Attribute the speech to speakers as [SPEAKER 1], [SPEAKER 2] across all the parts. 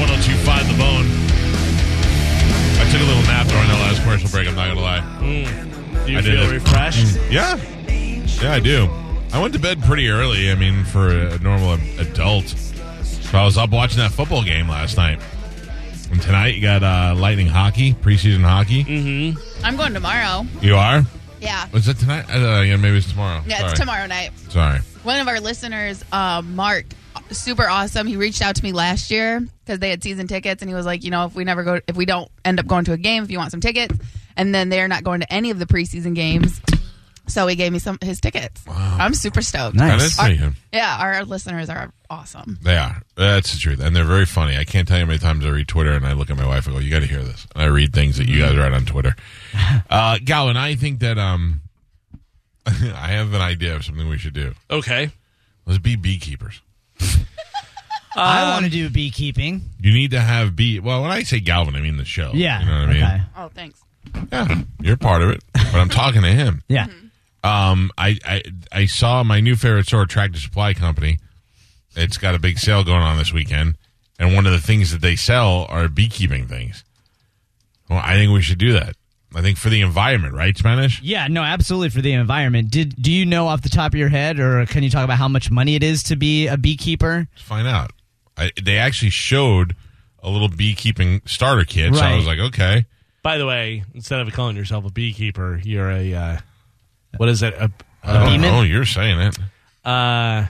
[SPEAKER 1] 1025 The Bone. I took a little nap during the last commercial break, I'm not going to lie.
[SPEAKER 2] Do you
[SPEAKER 1] I did
[SPEAKER 2] feel
[SPEAKER 1] it.
[SPEAKER 2] refreshed?
[SPEAKER 1] Yeah. Yeah, I do. I went to bed pretty early, I mean, for a normal adult. So I was up watching that football game last night. And tonight you got uh, Lightning hockey, preseason hockey.
[SPEAKER 3] Mm-hmm. I'm going tomorrow.
[SPEAKER 1] You are?
[SPEAKER 3] Yeah.
[SPEAKER 1] Is that tonight? Uh, yeah, maybe it's tomorrow.
[SPEAKER 3] Yeah,
[SPEAKER 1] Sorry.
[SPEAKER 3] it's tomorrow night.
[SPEAKER 1] Sorry.
[SPEAKER 3] One of our listeners, uh, Mark, super awesome. He reached out to me last year because they had season tickets, and he was like, you know, if we never go, if we don't end up going to a game, if you want some tickets, and then they're not going to any of the preseason games, so he gave me some his tickets. I'm super stoked.
[SPEAKER 1] That
[SPEAKER 4] Nice.
[SPEAKER 1] is pretty good.
[SPEAKER 3] Yeah, our listeners are awesome.
[SPEAKER 1] They are. That's the truth. And they're very funny. I can't tell you how many times I read Twitter and I look at my wife and go, you got to hear this. And I read things that you guys write on Twitter. Uh, Galvin, I think that um, I have an idea of something we should do.
[SPEAKER 2] Okay.
[SPEAKER 1] Let's be beekeepers.
[SPEAKER 4] I want to do beekeeping.
[SPEAKER 1] You need to have bee. Well, when I say Galvin, I mean the show.
[SPEAKER 4] Yeah.
[SPEAKER 1] You know what I mean?
[SPEAKER 4] Okay.
[SPEAKER 3] Oh, thanks.
[SPEAKER 1] Yeah. You're part of it. But I'm talking to him.
[SPEAKER 4] Yeah.
[SPEAKER 1] Um, I, I, I saw my new favorite store, Tractor Supply Company. It's got a big sale going on this weekend, and one of the things that they sell are beekeeping things. Well, I think we should do that. I think for the environment, right, Spanish?
[SPEAKER 4] Yeah, no, absolutely for the environment. Did do you know off the top of your head or can you talk about how much money it is to be a beekeeper?
[SPEAKER 1] Let's find out. I, they actually showed a little beekeeping starter kit, so I
[SPEAKER 4] Right.
[SPEAKER 1] was like, okay,
[SPEAKER 2] By the way, instead of calling yourself a beekeeper, you're a uh, what is it? A,
[SPEAKER 1] I don't
[SPEAKER 4] beeman?
[SPEAKER 1] know, you're saying it.
[SPEAKER 2] uh,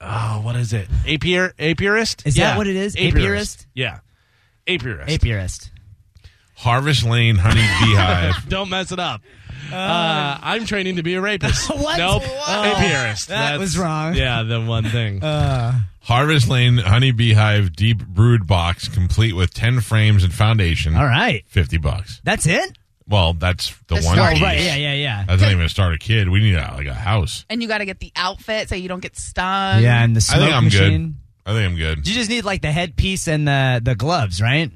[SPEAKER 2] oh, what is it? Apier apiarist?
[SPEAKER 4] Is that what it is? Apiarist?
[SPEAKER 2] Yeah, apiarist.
[SPEAKER 4] Apiarist.
[SPEAKER 1] Harvest Lane Honey Beehive.
[SPEAKER 2] Don't mess it up. Uh, I'm training to be a rapist.
[SPEAKER 4] What?
[SPEAKER 2] Nope.
[SPEAKER 4] Whoa.
[SPEAKER 2] Apiarist.
[SPEAKER 4] That
[SPEAKER 2] That's-
[SPEAKER 4] was wrong. Uh.
[SPEAKER 2] Yeah, the one thing.
[SPEAKER 1] Harvest Lane Honey Beehive deep brood box, complete with ten frames and foundation.
[SPEAKER 4] All right.
[SPEAKER 1] Fifty bucks.
[SPEAKER 4] That's it?
[SPEAKER 1] Well, that's the
[SPEAKER 3] The
[SPEAKER 1] one.
[SPEAKER 3] starter
[SPEAKER 1] piece.
[SPEAKER 3] kit.
[SPEAKER 4] Right, yeah, yeah, yeah.
[SPEAKER 1] That's not even a starter kid. We need a, like a house.
[SPEAKER 3] And you got to get the outfit so you don't get stung.
[SPEAKER 4] yeah, and the
[SPEAKER 1] I
[SPEAKER 4] smoke
[SPEAKER 1] think I'm
[SPEAKER 4] machine.
[SPEAKER 1] good. I think I'm good.
[SPEAKER 4] You just need like the headpiece and the the gloves, right?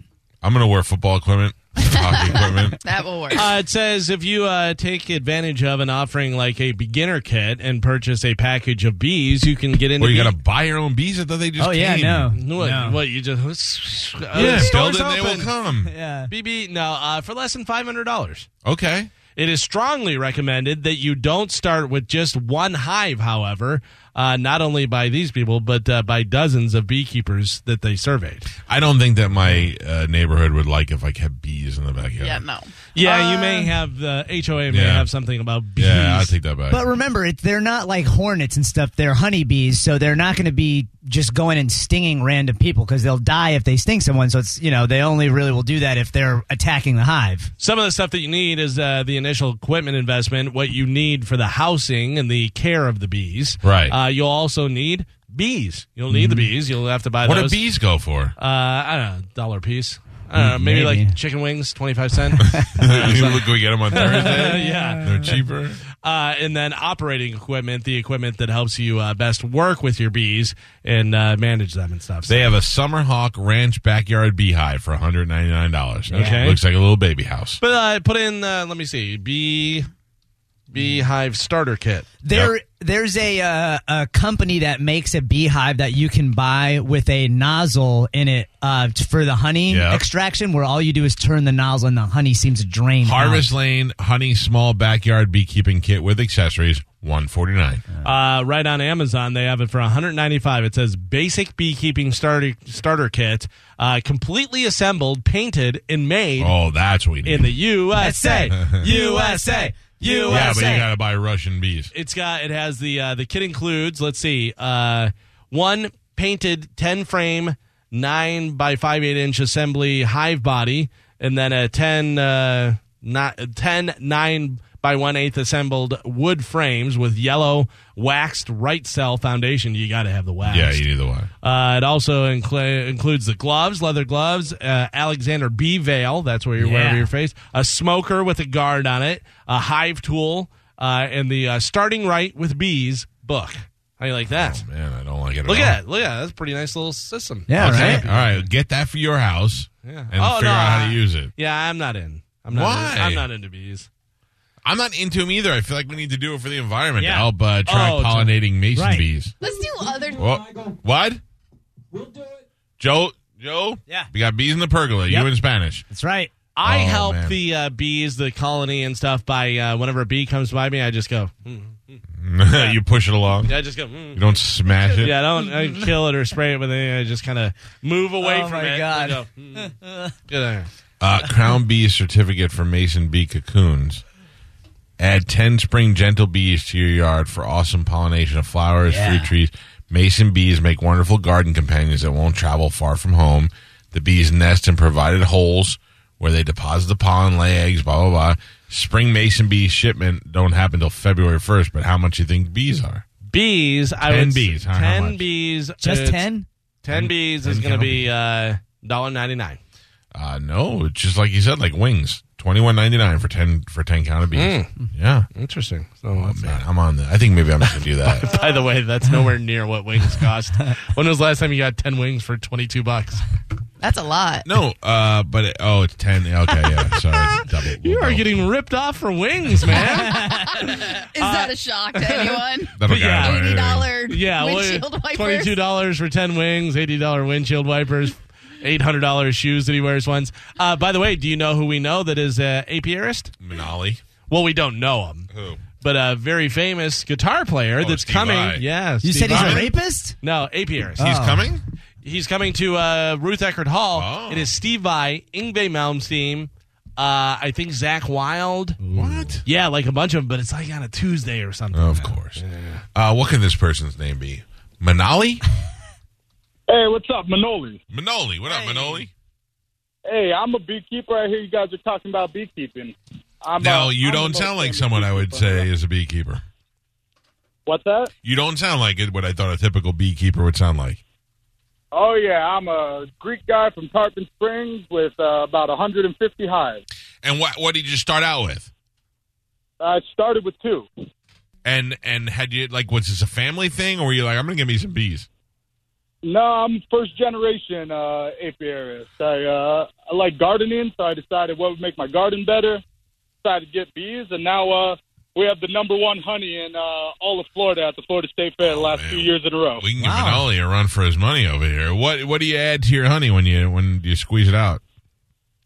[SPEAKER 1] I'm gonna wear football equipment, hockey equipment.
[SPEAKER 3] that will work.
[SPEAKER 2] Uh, it says if you uh, take advantage of an offering like a beginner kit and purchase a package of bees, you can get into.
[SPEAKER 1] Well, you
[SPEAKER 2] bee-
[SPEAKER 1] gotta buy your own bees. I thought they just.
[SPEAKER 4] Oh yeah,
[SPEAKER 1] came.
[SPEAKER 4] no.
[SPEAKER 2] What,
[SPEAKER 4] no.
[SPEAKER 2] what you just? Uh,
[SPEAKER 1] Yeah,
[SPEAKER 2] the
[SPEAKER 1] build
[SPEAKER 2] store's
[SPEAKER 1] it. and They will
[SPEAKER 2] open.
[SPEAKER 1] come.
[SPEAKER 4] Yeah.
[SPEAKER 2] BB, no, uh, for less than five hundred dollars.
[SPEAKER 1] Okay.
[SPEAKER 2] It is strongly recommended that you don't start with just one hive, however, uh, not only by these people, but uh, by dozens of beekeepers that they surveyed.
[SPEAKER 1] I don't think that my uh, neighborhood would like if I kept bees in the backyard.
[SPEAKER 3] yeah, no.
[SPEAKER 2] Yeah, you may have uh, the HOA may
[SPEAKER 1] Uh, yeah.
[SPEAKER 2] have something about bees.
[SPEAKER 1] Yeah, I take that back.
[SPEAKER 4] But remember, it, they're not like hornets and stuff. They're honeybees, so they're not going to be just going and stinging random people because they'll die if they sting someone. So it's you know they only really will do that if they're attacking the hive.
[SPEAKER 2] Some of the stuff that you need is uh, the initial equipment investment, what you need for the housing and the care of the bees.
[SPEAKER 1] Right. Mm-hmm.
[SPEAKER 2] Uh, you'll also need bees. You'll need the bees. You'll have to buy
[SPEAKER 1] what do
[SPEAKER 2] those.
[SPEAKER 1] bees go for?
[SPEAKER 2] Uh, I don't know, dollar piece. I don't know, maybe,
[SPEAKER 4] Maybe.
[SPEAKER 2] like chicken wings, twenty five cent.
[SPEAKER 1] You Look, we get them on Thursday.
[SPEAKER 2] yeah.
[SPEAKER 1] They're cheaper.
[SPEAKER 2] Uh, and then operating equipment, the equipment that helps you uh, best work with your bees and uh, manage them and stuff. So,
[SPEAKER 1] They have a Summerhawk Ranch backyard beehive for $199.
[SPEAKER 2] Okay.
[SPEAKER 1] Looks like a little baby house.
[SPEAKER 2] but uh, put in, uh, let me see, bee beehive starter kit.
[SPEAKER 4] There, there's a uh, a company that makes a beehive that you can buy with a nozzle in it uh, t- for the honey
[SPEAKER 1] Yeah.
[SPEAKER 4] extraction, where all you do is turn the nozzle and the honey seems to drain. out.
[SPEAKER 1] Harvest Lane Honey Small Backyard Beekeeping Kit with accessories, one forty nine.
[SPEAKER 2] Uh, right on Amazon, they have it for 195. It says basic beekeeping starter starter kit, uh, completely assembled, painted, and made
[SPEAKER 1] Oh, that's what we need.
[SPEAKER 2] in the USA,
[SPEAKER 4] That's
[SPEAKER 2] USA, USA.
[SPEAKER 1] yeah, but you gotta buy Russian bees.
[SPEAKER 2] It's got it has the uh, the kit includes. Let's see, uh, one painted ten frame nine by five eight inch assembly hive body, and then a 10, uh, not, 10 9 by one eighth assembled wood frames with yellow waxed right cell foundation. You got to have the wax.
[SPEAKER 1] Yeah, you need the one.
[SPEAKER 2] Uh, it also incl- includes the gloves, leather gloves, uh, Alexander B veil. That's where you're
[SPEAKER 4] Yeah.
[SPEAKER 2] wearing over your face. A smoker with a guard on it. A hive tool, uh, and the uh, starting right with bees book. How you like that?
[SPEAKER 1] Oh, Man, I don't like it. At
[SPEAKER 2] Look
[SPEAKER 1] all.
[SPEAKER 2] at that. Look at that. That's a pretty nice little system.
[SPEAKER 4] Yeah,
[SPEAKER 1] Okay,
[SPEAKER 4] right.
[SPEAKER 1] all right. Get that for your house
[SPEAKER 2] Yeah.
[SPEAKER 1] and
[SPEAKER 2] Oh,
[SPEAKER 1] figure
[SPEAKER 2] no,
[SPEAKER 1] out how
[SPEAKER 2] I-
[SPEAKER 1] to use it.
[SPEAKER 2] Yeah, I'm not in. I'm not.
[SPEAKER 1] Why?
[SPEAKER 2] In, I'm not into bees.
[SPEAKER 1] I'm not into them either. I feel like we need to do it for the environment
[SPEAKER 4] Yeah.
[SPEAKER 1] to help uh, try
[SPEAKER 2] Oh,
[SPEAKER 1] pollinating mason
[SPEAKER 4] right.
[SPEAKER 1] bees.
[SPEAKER 3] Let's do other.
[SPEAKER 1] What? what?
[SPEAKER 5] We'll do it.
[SPEAKER 1] Joe, Joe,
[SPEAKER 4] Yeah.
[SPEAKER 1] we got bees in the pergola.
[SPEAKER 4] Yep.
[SPEAKER 1] You in Spanish?
[SPEAKER 4] That's right.
[SPEAKER 2] I
[SPEAKER 1] Oh,
[SPEAKER 2] help
[SPEAKER 1] man.
[SPEAKER 2] the uh, bees, the colony and stuff by uh, whenever a bee comes by me, I just go. "Hmm."
[SPEAKER 1] you push it along.
[SPEAKER 2] I just go. "Hmm."
[SPEAKER 1] You don't smash it.
[SPEAKER 2] Yeah, I don't I don't kill it or spray it, but then I just kind of move away
[SPEAKER 4] Oh,
[SPEAKER 2] from
[SPEAKER 4] my
[SPEAKER 2] it. and
[SPEAKER 4] God.
[SPEAKER 2] go, "Hmm." Get out of here.
[SPEAKER 1] Uh, Crown Bee certificate for Mason Bee cocoons. Add 10 spring gentle bees to your yard for awesome pollination of flowers,
[SPEAKER 4] Yeah.
[SPEAKER 1] fruit trees. Mason bees make wonderful garden companions that won't travel far from home. The bees nest in provided holes where they deposit the pollen, lay eggs, blah, blah, blah. Spring mason bee shipment don't happen till February 1st, but how much you think bees are?
[SPEAKER 2] Bees, I
[SPEAKER 1] 10
[SPEAKER 2] would s-
[SPEAKER 1] bees, huh? How
[SPEAKER 2] ten
[SPEAKER 1] much?
[SPEAKER 2] bees,
[SPEAKER 4] Just
[SPEAKER 2] it's-
[SPEAKER 4] ten.
[SPEAKER 2] Ten bees is
[SPEAKER 1] 10
[SPEAKER 2] going to
[SPEAKER 1] cow
[SPEAKER 2] be uh dollar ninety nine.
[SPEAKER 1] Uh, no, it's just like you said, like wings. Twenty one ninety nine for ten for ten count of bees. Yeah.
[SPEAKER 2] Hmm. Interesting. So
[SPEAKER 1] Oh man, I'm on the I think maybe I'm just gonna do that.
[SPEAKER 2] By the way, that's nowhere near what wings cost. when was the last time you got ten wings for twenty two bucks?
[SPEAKER 3] That's a lot.
[SPEAKER 1] No, uh, but it, oh, it's ten. Okay, yeah, sorry, it's double.
[SPEAKER 2] You are
[SPEAKER 1] double.
[SPEAKER 2] getting ripped off for wings, man.
[SPEAKER 3] Is that
[SPEAKER 4] uh,
[SPEAKER 3] a shock to anyone?
[SPEAKER 1] That'll
[SPEAKER 2] Yeah.
[SPEAKER 1] guarantee
[SPEAKER 3] Eighty
[SPEAKER 1] anything.
[SPEAKER 3] dollar
[SPEAKER 2] yeah,
[SPEAKER 3] windshield wipers.
[SPEAKER 2] twenty two dollars for ten wings, eighty dollar windshield wipers, eight hundred dollars shoes that he wears once. Uh, by the way, do you know who we know that is an apiarist?
[SPEAKER 1] Manali.
[SPEAKER 2] Well, we don't know him,
[SPEAKER 1] Who?
[SPEAKER 2] but a very famous guitar player that's
[SPEAKER 1] Oh, Steve
[SPEAKER 2] coming.
[SPEAKER 1] Vai.
[SPEAKER 2] Yeah,
[SPEAKER 4] You
[SPEAKER 2] Steve
[SPEAKER 4] said he's
[SPEAKER 2] Vai.
[SPEAKER 4] a rapist.
[SPEAKER 2] no apiarist.
[SPEAKER 1] He's
[SPEAKER 4] Oh.
[SPEAKER 1] coming.
[SPEAKER 2] He's coming to uh, Ruth Eckerd Hall.
[SPEAKER 1] Oh.
[SPEAKER 2] It is Steve Vai, Ingve Malmsteen, uh, I think Zach Wild.
[SPEAKER 1] What?
[SPEAKER 2] Yeah, like a bunch of them, but it's like on a Tuesday or something.
[SPEAKER 1] Of course. Uh, what can this person's name be? Manali.
[SPEAKER 5] Hey, what's up, Manoli?
[SPEAKER 1] Manoli. What up, Manoli?
[SPEAKER 5] Hey, I'm a beekeeper. I hear you guys are talking about beekeeping. I'm
[SPEAKER 1] Now
[SPEAKER 5] uh,
[SPEAKER 1] you
[SPEAKER 5] I'm
[SPEAKER 1] don't
[SPEAKER 5] the
[SPEAKER 1] sound
[SPEAKER 5] most
[SPEAKER 1] like someone I would
[SPEAKER 5] beekeeper.
[SPEAKER 1] say is a beekeeper.
[SPEAKER 5] What's that?
[SPEAKER 1] You don't sound like it. What I thought a typical beekeeper would sound like.
[SPEAKER 5] Oh yeah, I'm a Greek guy from Tarpon Springs with uh, about 150 hives.
[SPEAKER 1] And what what did you start out with?
[SPEAKER 5] I started with two.
[SPEAKER 1] And and had you like was this a family thing or were you like I'm gonna give me some bees?
[SPEAKER 5] No, I'm first generation uh, apiarist. I uh, I like gardening, so I decided what would make my garden better. Decided to get bees, and now uh, we have the number one honey in uh, all of Florida at the Florida State Fair the last
[SPEAKER 1] Oh, man.
[SPEAKER 5] few years in a row.
[SPEAKER 1] We can
[SPEAKER 4] Wow.
[SPEAKER 1] give Manoli a run for his money over here. What what do you add to your honey when you when you squeeze it out?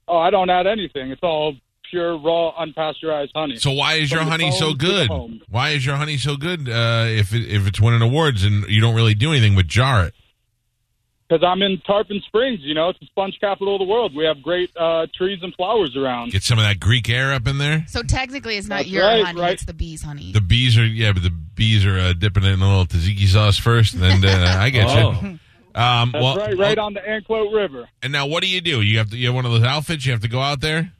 [SPEAKER 5] Oh, I don't add anything. It's all pure, raw, unpasteurized honey.
[SPEAKER 1] So why is
[SPEAKER 5] From
[SPEAKER 1] your
[SPEAKER 5] the
[SPEAKER 1] honey so
[SPEAKER 5] phone to the
[SPEAKER 1] good?
[SPEAKER 5] home.
[SPEAKER 1] Why is your honey so good? Uh, if it, if it's winning awards and you don't really do anything but jar it,
[SPEAKER 5] Because I'm in Tarpon Springs, you know, it's the sponge capital of the world. We have great uh, trees and flowers around.
[SPEAKER 1] get some of that Greek air up in there.
[SPEAKER 3] So technically, it's not
[SPEAKER 5] That's
[SPEAKER 3] your
[SPEAKER 5] right,
[SPEAKER 3] honey;
[SPEAKER 5] right.
[SPEAKER 3] it's the bees' honey.
[SPEAKER 1] The bees are yeah, but the bees are uh, dipping it in a little tzatziki sauce first, and then uh, I get you. Um,
[SPEAKER 5] Oh. That's
[SPEAKER 1] well,
[SPEAKER 5] right, right on the Anquote River.
[SPEAKER 1] And now what do you do? You have to you have one of those outfits. You have to go out there.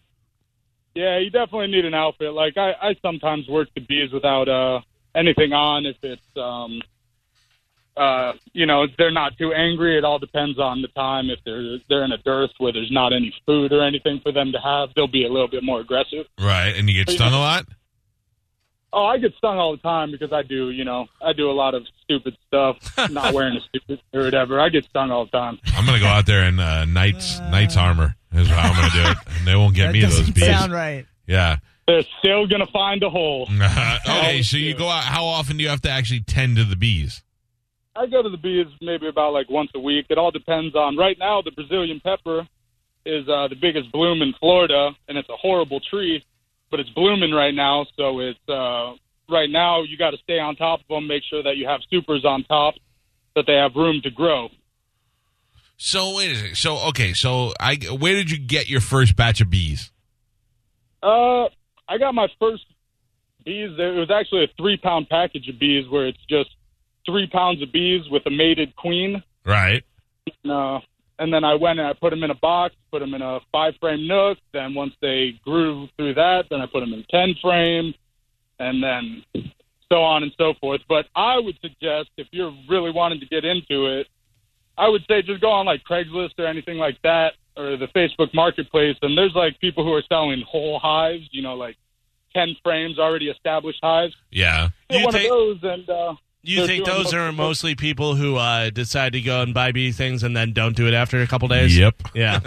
[SPEAKER 5] Yeah, you definitely need an outfit. Like, I, I sometimes work the bees without uh, anything on if it's, um, uh, you know, if they're not too angry. It all depends on the time. If they're, they're in a dearth where there's not any food or anything for them to have, they'll be a little bit more aggressive.
[SPEAKER 1] Right, and you get stung a lot.
[SPEAKER 5] Oh, I get stung all the time because I do, you know, I do a lot of stupid stuff, not wearing a stupid or whatever. I get stung all the time.
[SPEAKER 1] I'm gonna go out there in uh, knights knights armor. Is how I'm gonna do it, and they won't get
[SPEAKER 4] that
[SPEAKER 1] me
[SPEAKER 4] doesn't
[SPEAKER 1] those bees.
[SPEAKER 4] sound right.
[SPEAKER 1] Yeah.
[SPEAKER 5] They're still gonna find a hole.
[SPEAKER 1] okay, so you go out. How often do you have to actually tend to the bees?
[SPEAKER 5] I go to the bees maybe about like once a week. It all depends on. Right now, the Brazilian pepper is uh, the biggest bloom in Florida, and it's a horrible tree, but it's blooming right now. So it's uh, right now you got to stay on top of them, make sure that you have supers on top, that they have room to grow.
[SPEAKER 1] So wait a second. So okay, so I where did you get your first batch of bees?
[SPEAKER 5] Uh, I got my first bees. It was actually a three pound package of bees, where it's just three pounds of bees with a mated queen.
[SPEAKER 1] Right.
[SPEAKER 5] And, uh, and then I went and I put them in a box, put them in a five frame nook. Then once they grew through that, then I put them in ten frame, and then so on and so forth. But I would suggest if you're really wanting to get into it, I would say just go on like Craigslist or anything like that, or the Facebook Marketplace. And there's like people who are selling whole hives, you know, like ten frames already established hives.
[SPEAKER 1] Yeah.
[SPEAKER 5] Get
[SPEAKER 2] You
[SPEAKER 5] one
[SPEAKER 2] take-
[SPEAKER 5] of those, and uh,
[SPEAKER 2] You
[SPEAKER 5] they're
[SPEAKER 2] think
[SPEAKER 5] doing
[SPEAKER 2] those are
[SPEAKER 5] most-
[SPEAKER 2] mostly people who uh, decide to go and buy bee things and then don't do it after a couple days?
[SPEAKER 1] Yep.
[SPEAKER 2] Yeah.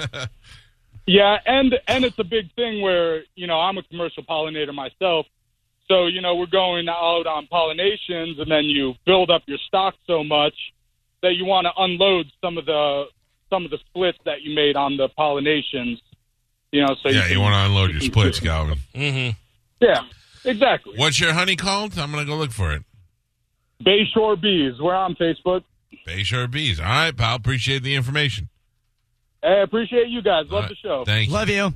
[SPEAKER 5] Yeah, and and it's a big thing where you know I'm a commercial pollinator myself, so you know we're going out on pollinations, and then you build up your stock so much that you want to unload some of the some of the splits that you made on the pollinations. You know, so
[SPEAKER 1] Yeah,
[SPEAKER 5] can-
[SPEAKER 1] you want to unload your splits, Calvin.
[SPEAKER 2] Mm-hmm.
[SPEAKER 5] Yeah, exactly.
[SPEAKER 1] What's your honey called? I'm going to go look for it.
[SPEAKER 5] Bayshore Bees. We're on Facebook.
[SPEAKER 1] Bayshore Bees. All right, pal. Appreciate the information.
[SPEAKER 5] I appreciate you guys. Love
[SPEAKER 1] All
[SPEAKER 5] the
[SPEAKER 1] right,
[SPEAKER 5] show.
[SPEAKER 1] Thank you.
[SPEAKER 4] Love you.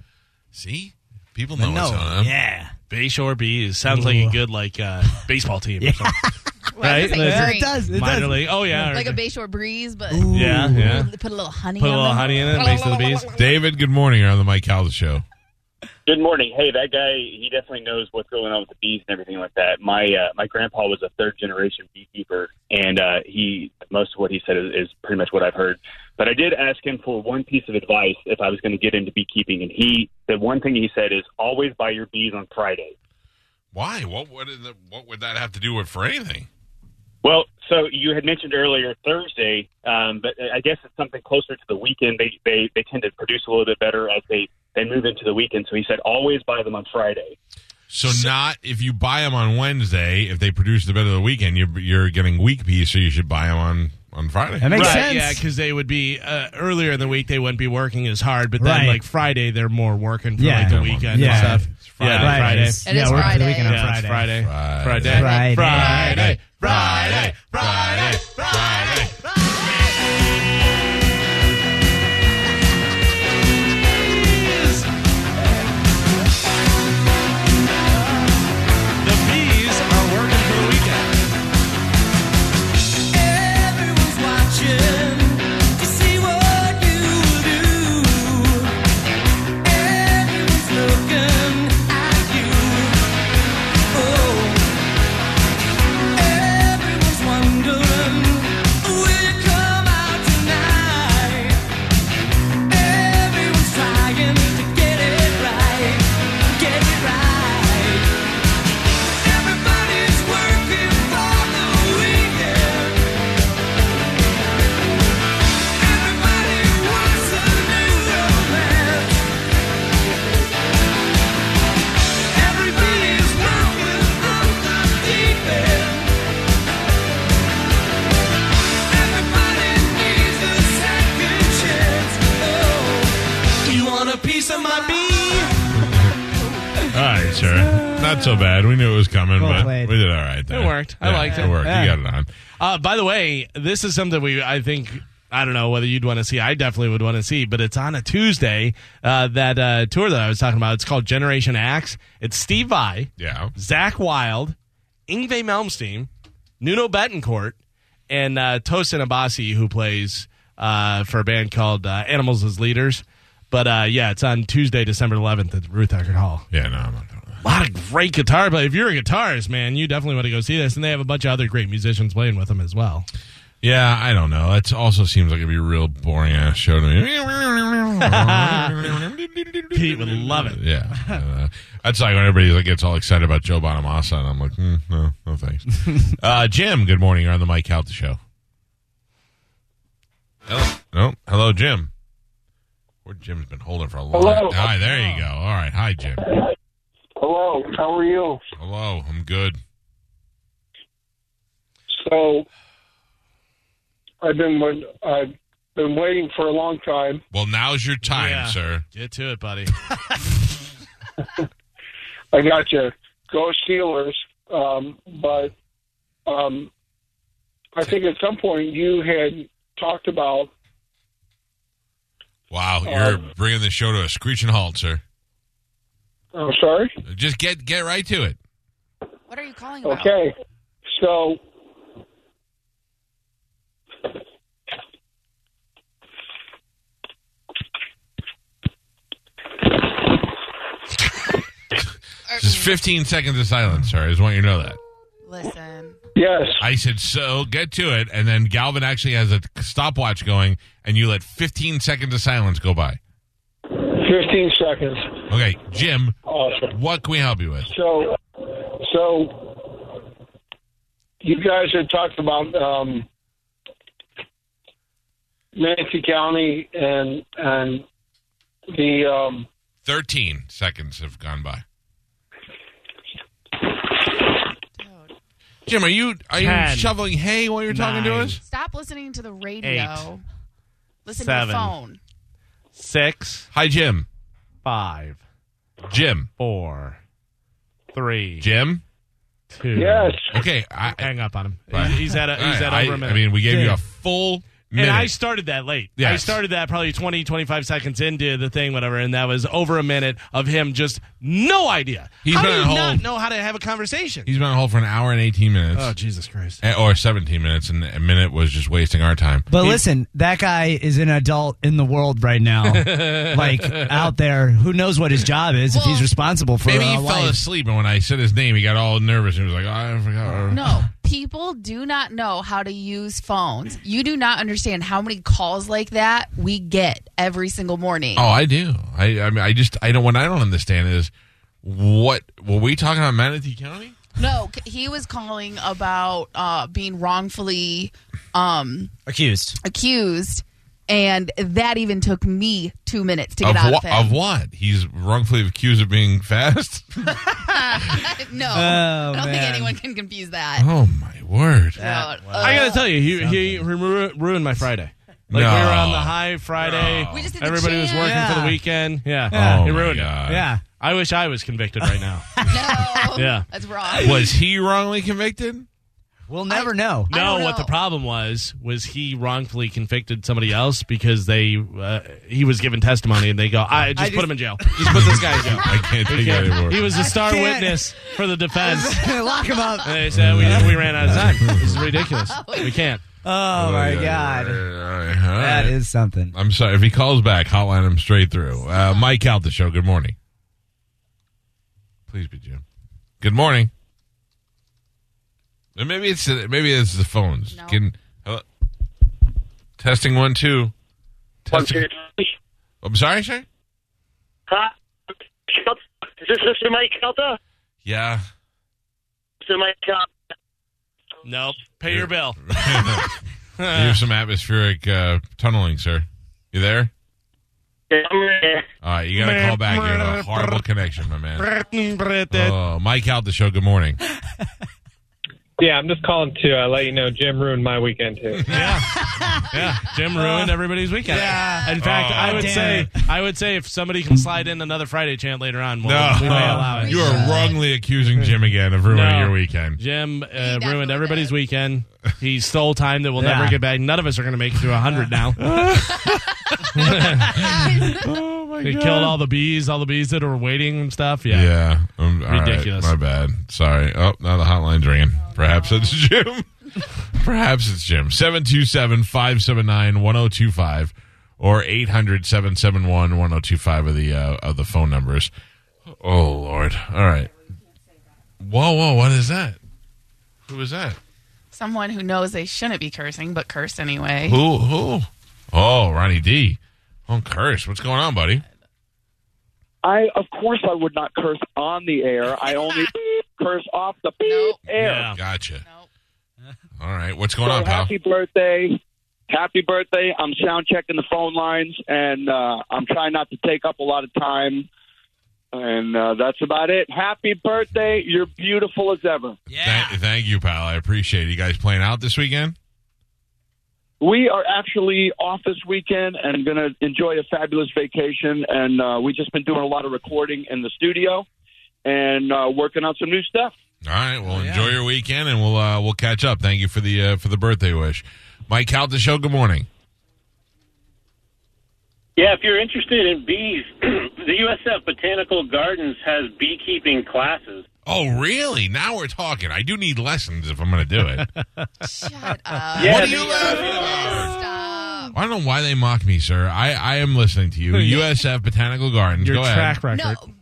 [SPEAKER 1] See? People know what's
[SPEAKER 4] no.
[SPEAKER 1] on them.
[SPEAKER 4] Yeah.
[SPEAKER 2] Bayshore Bees sounds like a good like uh, baseball team, or something. Right?
[SPEAKER 3] Like,
[SPEAKER 2] Yeah,
[SPEAKER 4] it does. It
[SPEAKER 2] minor
[SPEAKER 4] does.
[SPEAKER 2] league. Oh yeah,
[SPEAKER 3] like a
[SPEAKER 2] or-
[SPEAKER 3] Bayshore breeze, but
[SPEAKER 2] yeah, yeah.
[SPEAKER 3] put a little honey.
[SPEAKER 2] Put a
[SPEAKER 3] on
[SPEAKER 2] little
[SPEAKER 3] them.
[SPEAKER 2] honey in it, makes it the bees.
[SPEAKER 1] David, good morning. You're on the Mike Calda Show.
[SPEAKER 6] Good morning. Hey, that guy, he definitely knows what's going on with the bees and everything like that. My uh, my grandpa was a third generation beekeeper, and uh, he most of what he said is, is pretty much what I've heard. But I did ask him for one piece of advice if I was going to get into beekeeping, and he the one thing he said is always buy your bees on Friday.
[SPEAKER 1] Why? What, what, is the, what would that have to do with for anything?
[SPEAKER 6] Well, so you had mentioned earlier Thursday, um, but I guess it's something closer to the weekend. They, they they tend to produce a little bit better as they they move into the weekend. So he said always buy them on Friday.
[SPEAKER 1] So, not if you buy them on Wednesday, if they produce the bed of the weekend, you're, you're getting weak bees, so you should buy them on, on Friday.
[SPEAKER 4] That makes
[SPEAKER 2] right,
[SPEAKER 4] sense.
[SPEAKER 2] yeah, because they would be uh, earlier in the week. They wouldn't be working as hard, but then
[SPEAKER 4] Right.
[SPEAKER 2] like Friday, they're more working for
[SPEAKER 4] Yeah.
[SPEAKER 2] like the
[SPEAKER 1] Yeah.
[SPEAKER 2] weekend
[SPEAKER 4] Yeah.
[SPEAKER 2] and stuff.
[SPEAKER 1] It's Friday.
[SPEAKER 2] Yeah, Friday.
[SPEAKER 4] Fridays.
[SPEAKER 3] It is
[SPEAKER 4] we're off the
[SPEAKER 3] Friday.
[SPEAKER 4] weekend on
[SPEAKER 2] Yeah, it's Friday.
[SPEAKER 1] Friday.
[SPEAKER 4] Friday.
[SPEAKER 2] Friday.
[SPEAKER 1] Friday.
[SPEAKER 2] Friday. Friday. The bees are working for the weekend.
[SPEAKER 7] Everyone's watching to see what you do. Everyone's looking at you. Oh, everyone's wondering will you come out tonight? Everyone's trying to get it right, get it right. Everybody's working for the weekend. Everybody wants a new romance. Everybody's walking on the deep end. Everybody needs a second chance. Oh, you want a piece of my bee?
[SPEAKER 1] All right, sure. Not so bad. We knew it was coming,
[SPEAKER 4] Well
[SPEAKER 1] but
[SPEAKER 4] played.
[SPEAKER 1] we did all right. There.
[SPEAKER 2] worked. I
[SPEAKER 1] Yeah,
[SPEAKER 2] liked
[SPEAKER 1] It
[SPEAKER 2] it.
[SPEAKER 1] worked.
[SPEAKER 4] Yeah.
[SPEAKER 1] You got it on.
[SPEAKER 2] Uh, by the way, this is something we I think I don't know whether you'd want to see. I definitely would want to see, but it's on a Tuesday. Uh, that uh, tour that I was talking about. It's called Generation Axe. It's Steve Vai,
[SPEAKER 1] Yeah.
[SPEAKER 2] Zach Wild, Ingve Malmsteen, Nuno Betancourt, and uh, Tosin Abasi, who plays uh, for a band called uh, Animals as Leaders. But uh, yeah, it's on Tuesday, December 11th at Ruth Eckerd Hall.
[SPEAKER 1] Yeah, no, I'm not doing that.
[SPEAKER 2] A lot of great guitar play. If you're a guitarist, man, you definitely want to go see this. And they have a bunch of other great musicians playing with them as well.
[SPEAKER 1] Yeah, I don't know. It also seems like it'd be a real boring ass show to me.
[SPEAKER 2] Pete would love it.
[SPEAKER 1] Yeah. Uh, that's like when everybody like, gets all excited about Joe Bonamassa, and I'm like, mm, no, no thanks. uh, Jim, good morning. You're on the Mike Calta Show. Hello. No. Hello, Jim. Where Jim's been holding for a long
[SPEAKER 8] Hello.
[SPEAKER 1] time. Hi, there you go. All right. Hi, Jim.
[SPEAKER 8] Hello, how are you?
[SPEAKER 1] Hello. I'm good.
[SPEAKER 8] So, I've been wait- I've been waiting for a long time.
[SPEAKER 1] Well, now's your time,
[SPEAKER 2] Yeah.
[SPEAKER 1] sir.
[SPEAKER 2] Get to it, buddy.
[SPEAKER 8] I got you. Go Steelers! Um, but um, I think at some point you had talked about
[SPEAKER 1] Wow, you're bringing the show to a screeching halt, sir.
[SPEAKER 8] I'm sorry.
[SPEAKER 1] Just get get right to it.
[SPEAKER 3] What are you calling about?
[SPEAKER 8] Okay, so
[SPEAKER 3] Or-
[SPEAKER 1] Just 15 seconds of silence, sir. I just want you to know that.
[SPEAKER 3] listen,
[SPEAKER 8] yes,
[SPEAKER 1] I said, so get to it. And then Galvin actually has a stopwatch going, and you let 15 seconds of silence go by.
[SPEAKER 8] 15 seconds.
[SPEAKER 1] Okay, Jim,
[SPEAKER 8] Awesome.
[SPEAKER 1] what can we help you with?
[SPEAKER 8] So, so you guys had talked about um, Manatee County and and the um,
[SPEAKER 1] 13 seconds have gone by. Jim, are you are you
[SPEAKER 2] Ten.
[SPEAKER 1] shoveling hay while you're talking to
[SPEAKER 2] Nine.
[SPEAKER 1] us?
[SPEAKER 3] stop listening to the radio.
[SPEAKER 2] Eight.
[SPEAKER 3] Listen to
[SPEAKER 2] Seven.
[SPEAKER 3] your phone.
[SPEAKER 2] six,
[SPEAKER 1] Hi, Jim.
[SPEAKER 2] five,
[SPEAKER 1] Jim.
[SPEAKER 2] four, three,
[SPEAKER 1] Jim.
[SPEAKER 2] two.
[SPEAKER 8] Yes.
[SPEAKER 1] Okay. I,
[SPEAKER 2] Hang up on him. He-
[SPEAKER 1] Right.
[SPEAKER 2] He's at a, he's at
[SPEAKER 1] I,
[SPEAKER 2] over a minute.
[SPEAKER 1] I mean, we gave you
[SPEAKER 2] Jim.
[SPEAKER 1] a full minute.
[SPEAKER 2] And I started that late. I
[SPEAKER 1] Yes.
[SPEAKER 2] started that probably 20, 25 seconds into the thing, whatever, and that was over a minute of him just no idea.
[SPEAKER 1] He's
[SPEAKER 2] how do
[SPEAKER 1] been
[SPEAKER 2] you
[SPEAKER 1] on
[SPEAKER 2] not
[SPEAKER 1] hold.
[SPEAKER 2] know how to have a conversation?
[SPEAKER 1] He's been on hold for an hour and 18 minutes.
[SPEAKER 2] oh, Jesus Christ.
[SPEAKER 1] Eh, or 17 minutes, and a minute was just wasting our time.
[SPEAKER 4] But listen, that guy is an adult in the world right now, like out there. Who knows what his job is if
[SPEAKER 3] Well,
[SPEAKER 4] he's responsible for
[SPEAKER 1] Maybe
[SPEAKER 4] a
[SPEAKER 1] he
[SPEAKER 4] life.
[SPEAKER 1] fell asleep, and when I said his name, he got all nervous and he was like, oh, I forgot.
[SPEAKER 3] No, people do not know how to use phones. You do not understand how many calls like that we get every single morning.
[SPEAKER 1] Oh, I do. I, I mean, I just, I don't, what I don't understand is what, were we talking about Manatee County?
[SPEAKER 3] No, c- he was calling about uh, being wrongfully um,
[SPEAKER 4] Accused.
[SPEAKER 3] accused, and that even took me two minutes to get
[SPEAKER 1] of,
[SPEAKER 3] out
[SPEAKER 1] wha-
[SPEAKER 3] of
[SPEAKER 1] of
[SPEAKER 3] him.
[SPEAKER 1] what? He's wrongfully accused of being fast?
[SPEAKER 3] no,
[SPEAKER 4] Oh,
[SPEAKER 3] I don't think
[SPEAKER 4] man.
[SPEAKER 3] anyone can confuse that.
[SPEAKER 1] oh, my word.
[SPEAKER 3] No,
[SPEAKER 2] I
[SPEAKER 3] uh,
[SPEAKER 2] gotta tell you, he, he ru- ruined my Friday. Like
[SPEAKER 1] No.
[SPEAKER 2] we were on the high Friday.
[SPEAKER 1] No.
[SPEAKER 3] We just did the
[SPEAKER 2] Everybody was working
[SPEAKER 4] jam.
[SPEAKER 2] for the weekend. Yeah,
[SPEAKER 1] Oh,
[SPEAKER 2] he
[SPEAKER 1] my
[SPEAKER 2] ruined
[SPEAKER 1] God.
[SPEAKER 4] Yeah.
[SPEAKER 2] it. I wish I was convicted right now.
[SPEAKER 3] no,
[SPEAKER 2] Yeah.
[SPEAKER 3] that's wrong.
[SPEAKER 1] Was he wrongly convicted?
[SPEAKER 4] We'll never know.
[SPEAKER 3] I
[SPEAKER 2] no,
[SPEAKER 3] don't know.
[SPEAKER 2] what the problem was was he wrongfully convicted somebody else because they uh, he was given testimony and they go, I just put
[SPEAKER 4] just-
[SPEAKER 2] him in jail. Just put this guy in jail.
[SPEAKER 1] I can't take it anymore.
[SPEAKER 2] He was a star
[SPEAKER 4] can't.
[SPEAKER 2] witness for the defense.
[SPEAKER 4] Lock him up.
[SPEAKER 2] And they said we, we ran out of time. This is ridiculous. We can't.
[SPEAKER 4] Oh my
[SPEAKER 1] All
[SPEAKER 4] god,
[SPEAKER 1] right.
[SPEAKER 4] that is something.
[SPEAKER 1] I'm sorry. If he calls back, hotline him straight through. Uh, Mike out the show. Good morning. Please be Jim. Good morning. And maybe it's maybe it's the phones.
[SPEAKER 3] No.
[SPEAKER 1] Can hello? testing one two.
[SPEAKER 8] One, two,
[SPEAKER 1] Testing.
[SPEAKER 8] three.
[SPEAKER 1] I'm sorry, sir.
[SPEAKER 8] Huh? Is this Mr. Mike Kelta?
[SPEAKER 1] Yeah.
[SPEAKER 8] Mr. Mike Kelta.
[SPEAKER 2] Nope. Pay your bill.
[SPEAKER 1] You have some atmospheric uh, tunneling, sir. You there?
[SPEAKER 8] Yeah, I'm there.
[SPEAKER 1] All right, you got to call back. You have a horrible connection, my man. Oh, Mike out the show. Good morning.
[SPEAKER 9] Yeah, I'm just calling to uh, let you know Jim ruined my weekend too.
[SPEAKER 2] Yeah. Yeah. Jim ruined everybody's weekend.
[SPEAKER 4] Yeah.
[SPEAKER 2] In fact,
[SPEAKER 1] Oh.
[SPEAKER 2] I would
[SPEAKER 4] Damn
[SPEAKER 2] say
[SPEAKER 4] it.
[SPEAKER 2] I would say if somebody can slide in another Friday chant later on, we'll, we may allow it.
[SPEAKER 1] you are wrongly accusing Jim again of ruining
[SPEAKER 2] No.
[SPEAKER 1] your weekend.
[SPEAKER 2] Jim uh,
[SPEAKER 3] definitely
[SPEAKER 2] ruined everybody's
[SPEAKER 3] did.
[SPEAKER 2] weekend. He stole time that we'll
[SPEAKER 4] Yeah.
[SPEAKER 2] never get back. None of us are going to make it to 100 now.
[SPEAKER 1] Oh my
[SPEAKER 2] He killed all the bees, all the bees that were waiting and stuff. Yeah.
[SPEAKER 1] Yeah, um, all right,
[SPEAKER 2] Ridiculous.
[SPEAKER 1] my bad. Sorry. Oh, now the hotline's ringing. Perhaps it's Jim. Perhaps it's Jim. 727-579-1025 or 800-771-1025 of the uh, of the phone numbers. Oh lord. All right. Whoa, whoa, what is that? Who is that?
[SPEAKER 3] Someone who knows they shouldn't be cursing, but cursed anyway.
[SPEAKER 1] Who who? Oh, Ronnie D. Oh, curse. What's going on, buddy?
[SPEAKER 8] I of course I would not curse on the air. I only curse off the
[SPEAKER 3] Nope.
[SPEAKER 8] air.
[SPEAKER 2] Yeah.
[SPEAKER 1] Gotcha.
[SPEAKER 3] Nope.
[SPEAKER 1] All right. What's going
[SPEAKER 8] So
[SPEAKER 1] on, pal?
[SPEAKER 8] happy birthday. Happy birthday. I'm sound checking the phone lines and uh, I'm trying not to take up a lot of time. And uh, that's about it. Happy birthday. You're beautiful as ever.
[SPEAKER 1] Thank, thank you, pal. I appreciate it. You guys playing out this weekend?
[SPEAKER 8] We are actually off this weekend and going to enjoy a fabulous vacation. And uh, we've just been doing a lot of recording in the studio and uh, working on some new stuff.
[SPEAKER 1] All right. Well, enjoy your weekend, and we'll uh, we'll catch up. Thank you for the uh, for the birthday wish, Mike. Out the show. Good morning.
[SPEAKER 10] Yeah, if you're interested in bees, the USF Botanical Gardens has beekeeping classes.
[SPEAKER 1] Oh, really? Now we're talking. I do need lessons if I'm going to do it.
[SPEAKER 3] Shut up.
[SPEAKER 10] Yeah,
[SPEAKER 1] What are you
[SPEAKER 10] they-
[SPEAKER 1] laughing
[SPEAKER 3] Stop.
[SPEAKER 1] I don't know why they mock me, sir. I I am listening to you. USF Botanical Gardens.
[SPEAKER 2] Your
[SPEAKER 1] Go
[SPEAKER 2] track
[SPEAKER 1] ahead.
[SPEAKER 2] record.
[SPEAKER 3] No,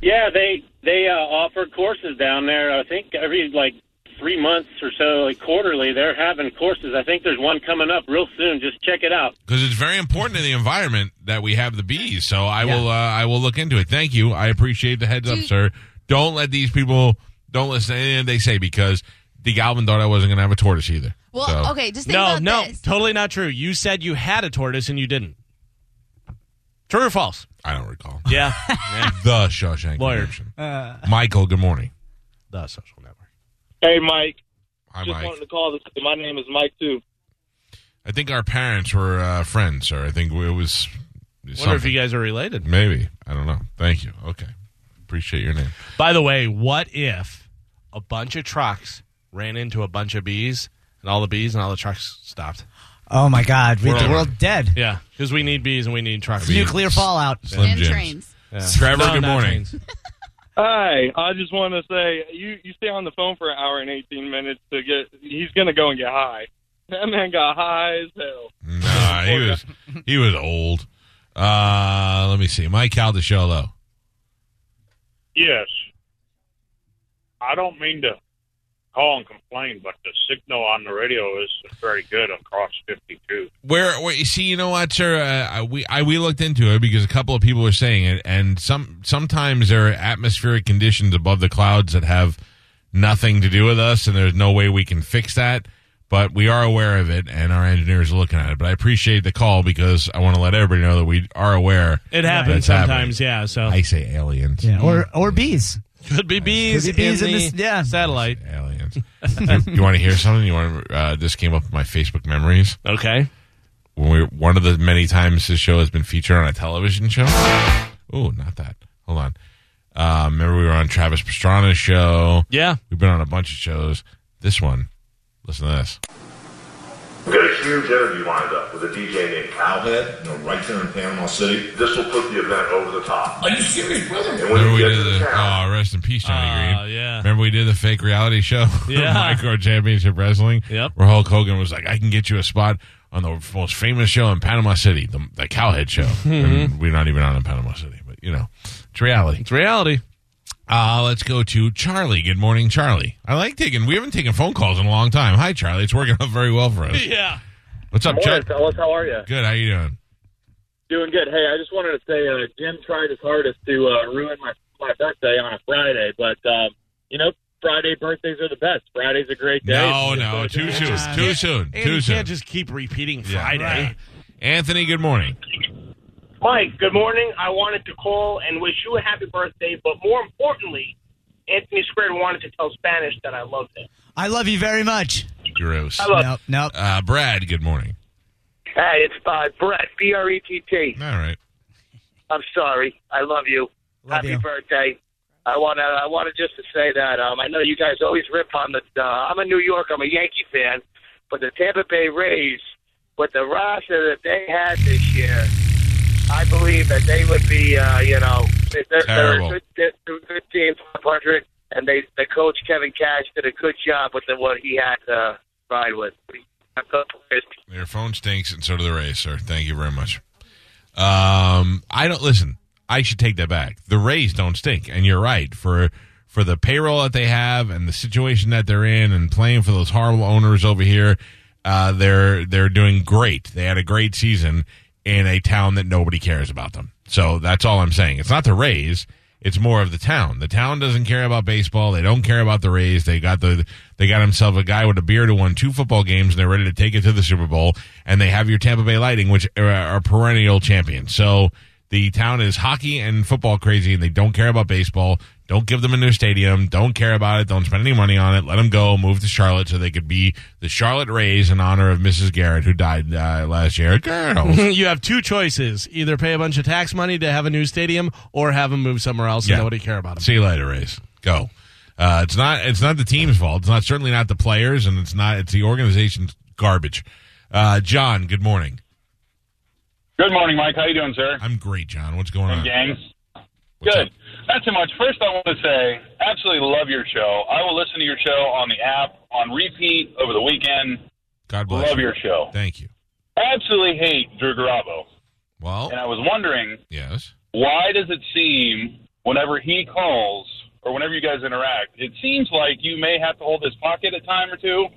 [SPEAKER 10] Yeah, they they uh, offer courses down there. I think every like three months or so, like quarterly, they're having courses. I think there's one coming up real soon. Just check it out.
[SPEAKER 1] Because it's very important to the environment that we have the bees. So I will uh, I will look into it. Thank you. I appreciate the heads up,
[SPEAKER 3] you-
[SPEAKER 1] sir. Don't let these people don't listen to anything they say because the Galvin thought I wasn't going to have a tortoise either.
[SPEAKER 3] well,
[SPEAKER 1] So-
[SPEAKER 3] okay, just think
[SPEAKER 2] No,
[SPEAKER 3] about
[SPEAKER 2] no,
[SPEAKER 3] this.
[SPEAKER 2] totally not true. You said you had a tortoise and you didn't. True or false?
[SPEAKER 1] I don't recall.
[SPEAKER 2] Yeah.
[SPEAKER 1] The Shawshank
[SPEAKER 2] Lawyer. Uh.
[SPEAKER 1] Redemption. Michael, good morning.
[SPEAKER 2] the social network.
[SPEAKER 9] Hey, Mike.
[SPEAKER 1] Hi,
[SPEAKER 9] Just
[SPEAKER 1] Mike.
[SPEAKER 9] wanted to call. This, my name is Mike too.
[SPEAKER 1] I think our parents were uh, friends, or I think it was.
[SPEAKER 2] Wonder if
[SPEAKER 1] something.
[SPEAKER 2] you guys are related.
[SPEAKER 1] Maybe I don't know. Thank you. Okay, appreciate your name.
[SPEAKER 2] By the way, what if a bunch of trucks ran into a bunch of bees and all the bees and all the trucks stopped?
[SPEAKER 4] Oh my God, we,
[SPEAKER 2] World.
[SPEAKER 4] the world dead.
[SPEAKER 2] Yeah, because we need bees and we need trucks.
[SPEAKER 4] Nuclear fallout.
[SPEAKER 1] Slim
[SPEAKER 11] and
[SPEAKER 1] Jims.
[SPEAKER 11] trains.
[SPEAKER 2] Yeah.
[SPEAKER 1] Trevor,
[SPEAKER 2] No,
[SPEAKER 1] good
[SPEAKER 2] not
[SPEAKER 1] morning.
[SPEAKER 2] trains.
[SPEAKER 8] Hi, I just want to say you you stay on the phone for an hour and eighteen minutes to get. He's gonna go and get high. That man got high as hell.
[SPEAKER 1] Nah, he was he was old. Uh, let me see. Mike Aldisciolo.
[SPEAKER 12] Yes. I don't mean to call and complain, but the signal on the radio is very good across 52.
[SPEAKER 1] Where, where you see, you know what, sir? Uh, I- we I, we looked into it because a couple of people were saying it, and some sometimes there are atmospheric conditions above the clouds that have nothing to do with us, and there's no way we can fix that. But we are aware of it, and our engineers are looking at it. But I appreciate the call because I want to let everybody know that we are aware.
[SPEAKER 2] It happens
[SPEAKER 1] that's
[SPEAKER 2] sometimes, yeah. So
[SPEAKER 1] happening. I say aliens.
[SPEAKER 4] Yeah, or or bees.
[SPEAKER 2] could be bees,
[SPEAKER 4] Could be bees
[SPEAKER 2] in,
[SPEAKER 4] in
[SPEAKER 2] the
[SPEAKER 4] this- yeah.
[SPEAKER 2] satellite.
[SPEAKER 1] aliens. you, want to hear something? You want? to- Uh, this came up in my Facebook memories.
[SPEAKER 2] Okay.
[SPEAKER 1] When we one of the many times this show has been featured on a television show. Oh, not that. Hold on. Uh, remember we were on Travis Pastrana's show.
[SPEAKER 2] Yeah.
[SPEAKER 1] We've been on a bunch of shows. This one. Listen to this.
[SPEAKER 13] We've got a huge interview lined up with a DJ named Cowhead, you know, right there in Panama City. This will put the event over the top. Are you serious, brother? And when
[SPEAKER 1] Remember
[SPEAKER 13] we get
[SPEAKER 1] we did
[SPEAKER 13] to the
[SPEAKER 1] the
[SPEAKER 13] town,
[SPEAKER 1] oh, rest in peace, Johnny
[SPEAKER 2] Ah,
[SPEAKER 1] Green.
[SPEAKER 2] yeah.
[SPEAKER 1] Remember we did the fake reality show,
[SPEAKER 2] Yeah.
[SPEAKER 1] Micro Championship Wrestling.
[SPEAKER 2] Yep.
[SPEAKER 1] Where Hulk Hogan was like, "I can get you a spot on the most famous show in Panama City, the, the Cowhead Show."
[SPEAKER 2] Mm-hmm.
[SPEAKER 1] And we're not even on in Panama City, but you know, it's reality.
[SPEAKER 2] It's reality.
[SPEAKER 1] Uh, let's go to Charlie. Good morning, Charlie. I like taking. We haven't taken phone calls in a long time. Hi, Charlie. It's working out very well for us.
[SPEAKER 2] Yeah.
[SPEAKER 1] What's up, Chuck?
[SPEAKER 12] fellas. How are you?
[SPEAKER 1] Good. How you doing?
[SPEAKER 12] Doing good. Hey, I just wanted to say uh, Jim tried his hardest to uh, ruin my, my birthday on a Friday, but, um, you know, Friday birthdays are the best. Friday's a great day.
[SPEAKER 1] No, no, too soon, too soon,
[SPEAKER 2] And you
[SPEAKER 1] too soon.
[SPEAKER 2] can't just keep repeating
[SPEAKER 1] Yeah.
[SPEAKER 2] Friday.
[SPEAKER 1] Right. Anthony, good morning.
[SPEAKER 14] Mike, good morning. I wanted to call and wish you a happy birthday, but more importantly, Anthony Squared wanted to tell Spanish that I loved him.
[SPEAKER 4] I love you very much.
[SPEAKER 1] Gross.
[SPEAKER 4] Nope, nope.
[SPEAKER 1] Uh, Brad, good morning.
[SPEAKER 14] Hey, it's uh, Brett, B R E T T.
[SPEAKER 1] All right.
[SPEAKER 14] I'm sorry. I love you.
[SPEAKER 4] Love
[SPEAKER 14] happy
[SPEAKER 4] you.
[SPEAKER 14] birthday. I want to. I wanted just to say that um, I know you guys always rip on the. Uh, I'm a New York. I'm a Yankee fan, but the Tampa Bay Rays, with the roster that they had this year, I believe that they would be. Uh, you know, they're, they're
[SPEAKER 1] Terrible.
[SPEAKER 14] a good, they're a good team, 500, and they the coach Kevin Cash did a good job with the, what he had to ride with. I'm so pleased.
[SPEAKER 1] Your phone stinks, and so do the Rays, sir. Thank you very much. Um, I don't listen. I should take that back. The Rays don't stink, and you're right for for the payroll that they have and the situation that they're in, and playing for those horrible owners over here. Uh, they're they're doing great. They had a great season in a town that nobody cares about them. So that's all I'm saying. It's not the Rays. It's more of the town. The town doesn't care about baseball. They don't care about the Rays. They got the they got himself a guy with a beard who won two football games, and they're ready to take it to the Super Bowl. And they have your Tampa Bay Lightning, which are, are perennial champions. So the town is hockey and football crazy, and they don't care about baseball. Don't give them a new stadium. Don't care about it. Don't spend any money on it. Let them go. Move to Charlotte so they could be the Charlotte Rays in honor of Mrs. Garrett, who died uh, last year. Girls.
[SPEAKER 2] you have two choices: either pay a bunch of tax money to have a new stadium, or have them move somewhere else
[SPEAKER 1] Yeah.
[SPEAKER 2] and nobody care about them.
[SPEAKER 1] See you later, Rays. Go. Uh, it's not. It's not the team's fault. It's not certainly not the players, and it's not. It's the organization's garbage. Uh, John, good morning.
[SPEAKER 15] Good morning, Mike. How you doing, sir?
[SPEAKER 1] I'm great, John. What's going on?
[SPEAKER 15] Gangs.
[SPEAKER 1] What's
[SPEAKER 15] Good.
[SPEAKER 1] up?
[SPEAKER 15] Not too much. First, I want to say, absolutely love your show. I will listen to your show on the app on repeat over the weekend.
[SPEAKER 1] God bless.
[SPEAKER 15] Love
[SPEAKER 1] you.
[SPEAKER 15] your show.
[SPEAKER 1] Thank you.
[SPEAKER 15] Absolutely hate Drew Garabo,
[SPEAKER 1] Well,
[SPEAKER 15] and I was wondering
[SPEAKER 1] yes.
[SPEAKER 15] why does it seem whenever he calls or whenever you guys interact, it seems like you may have to hold his pocket a time or two.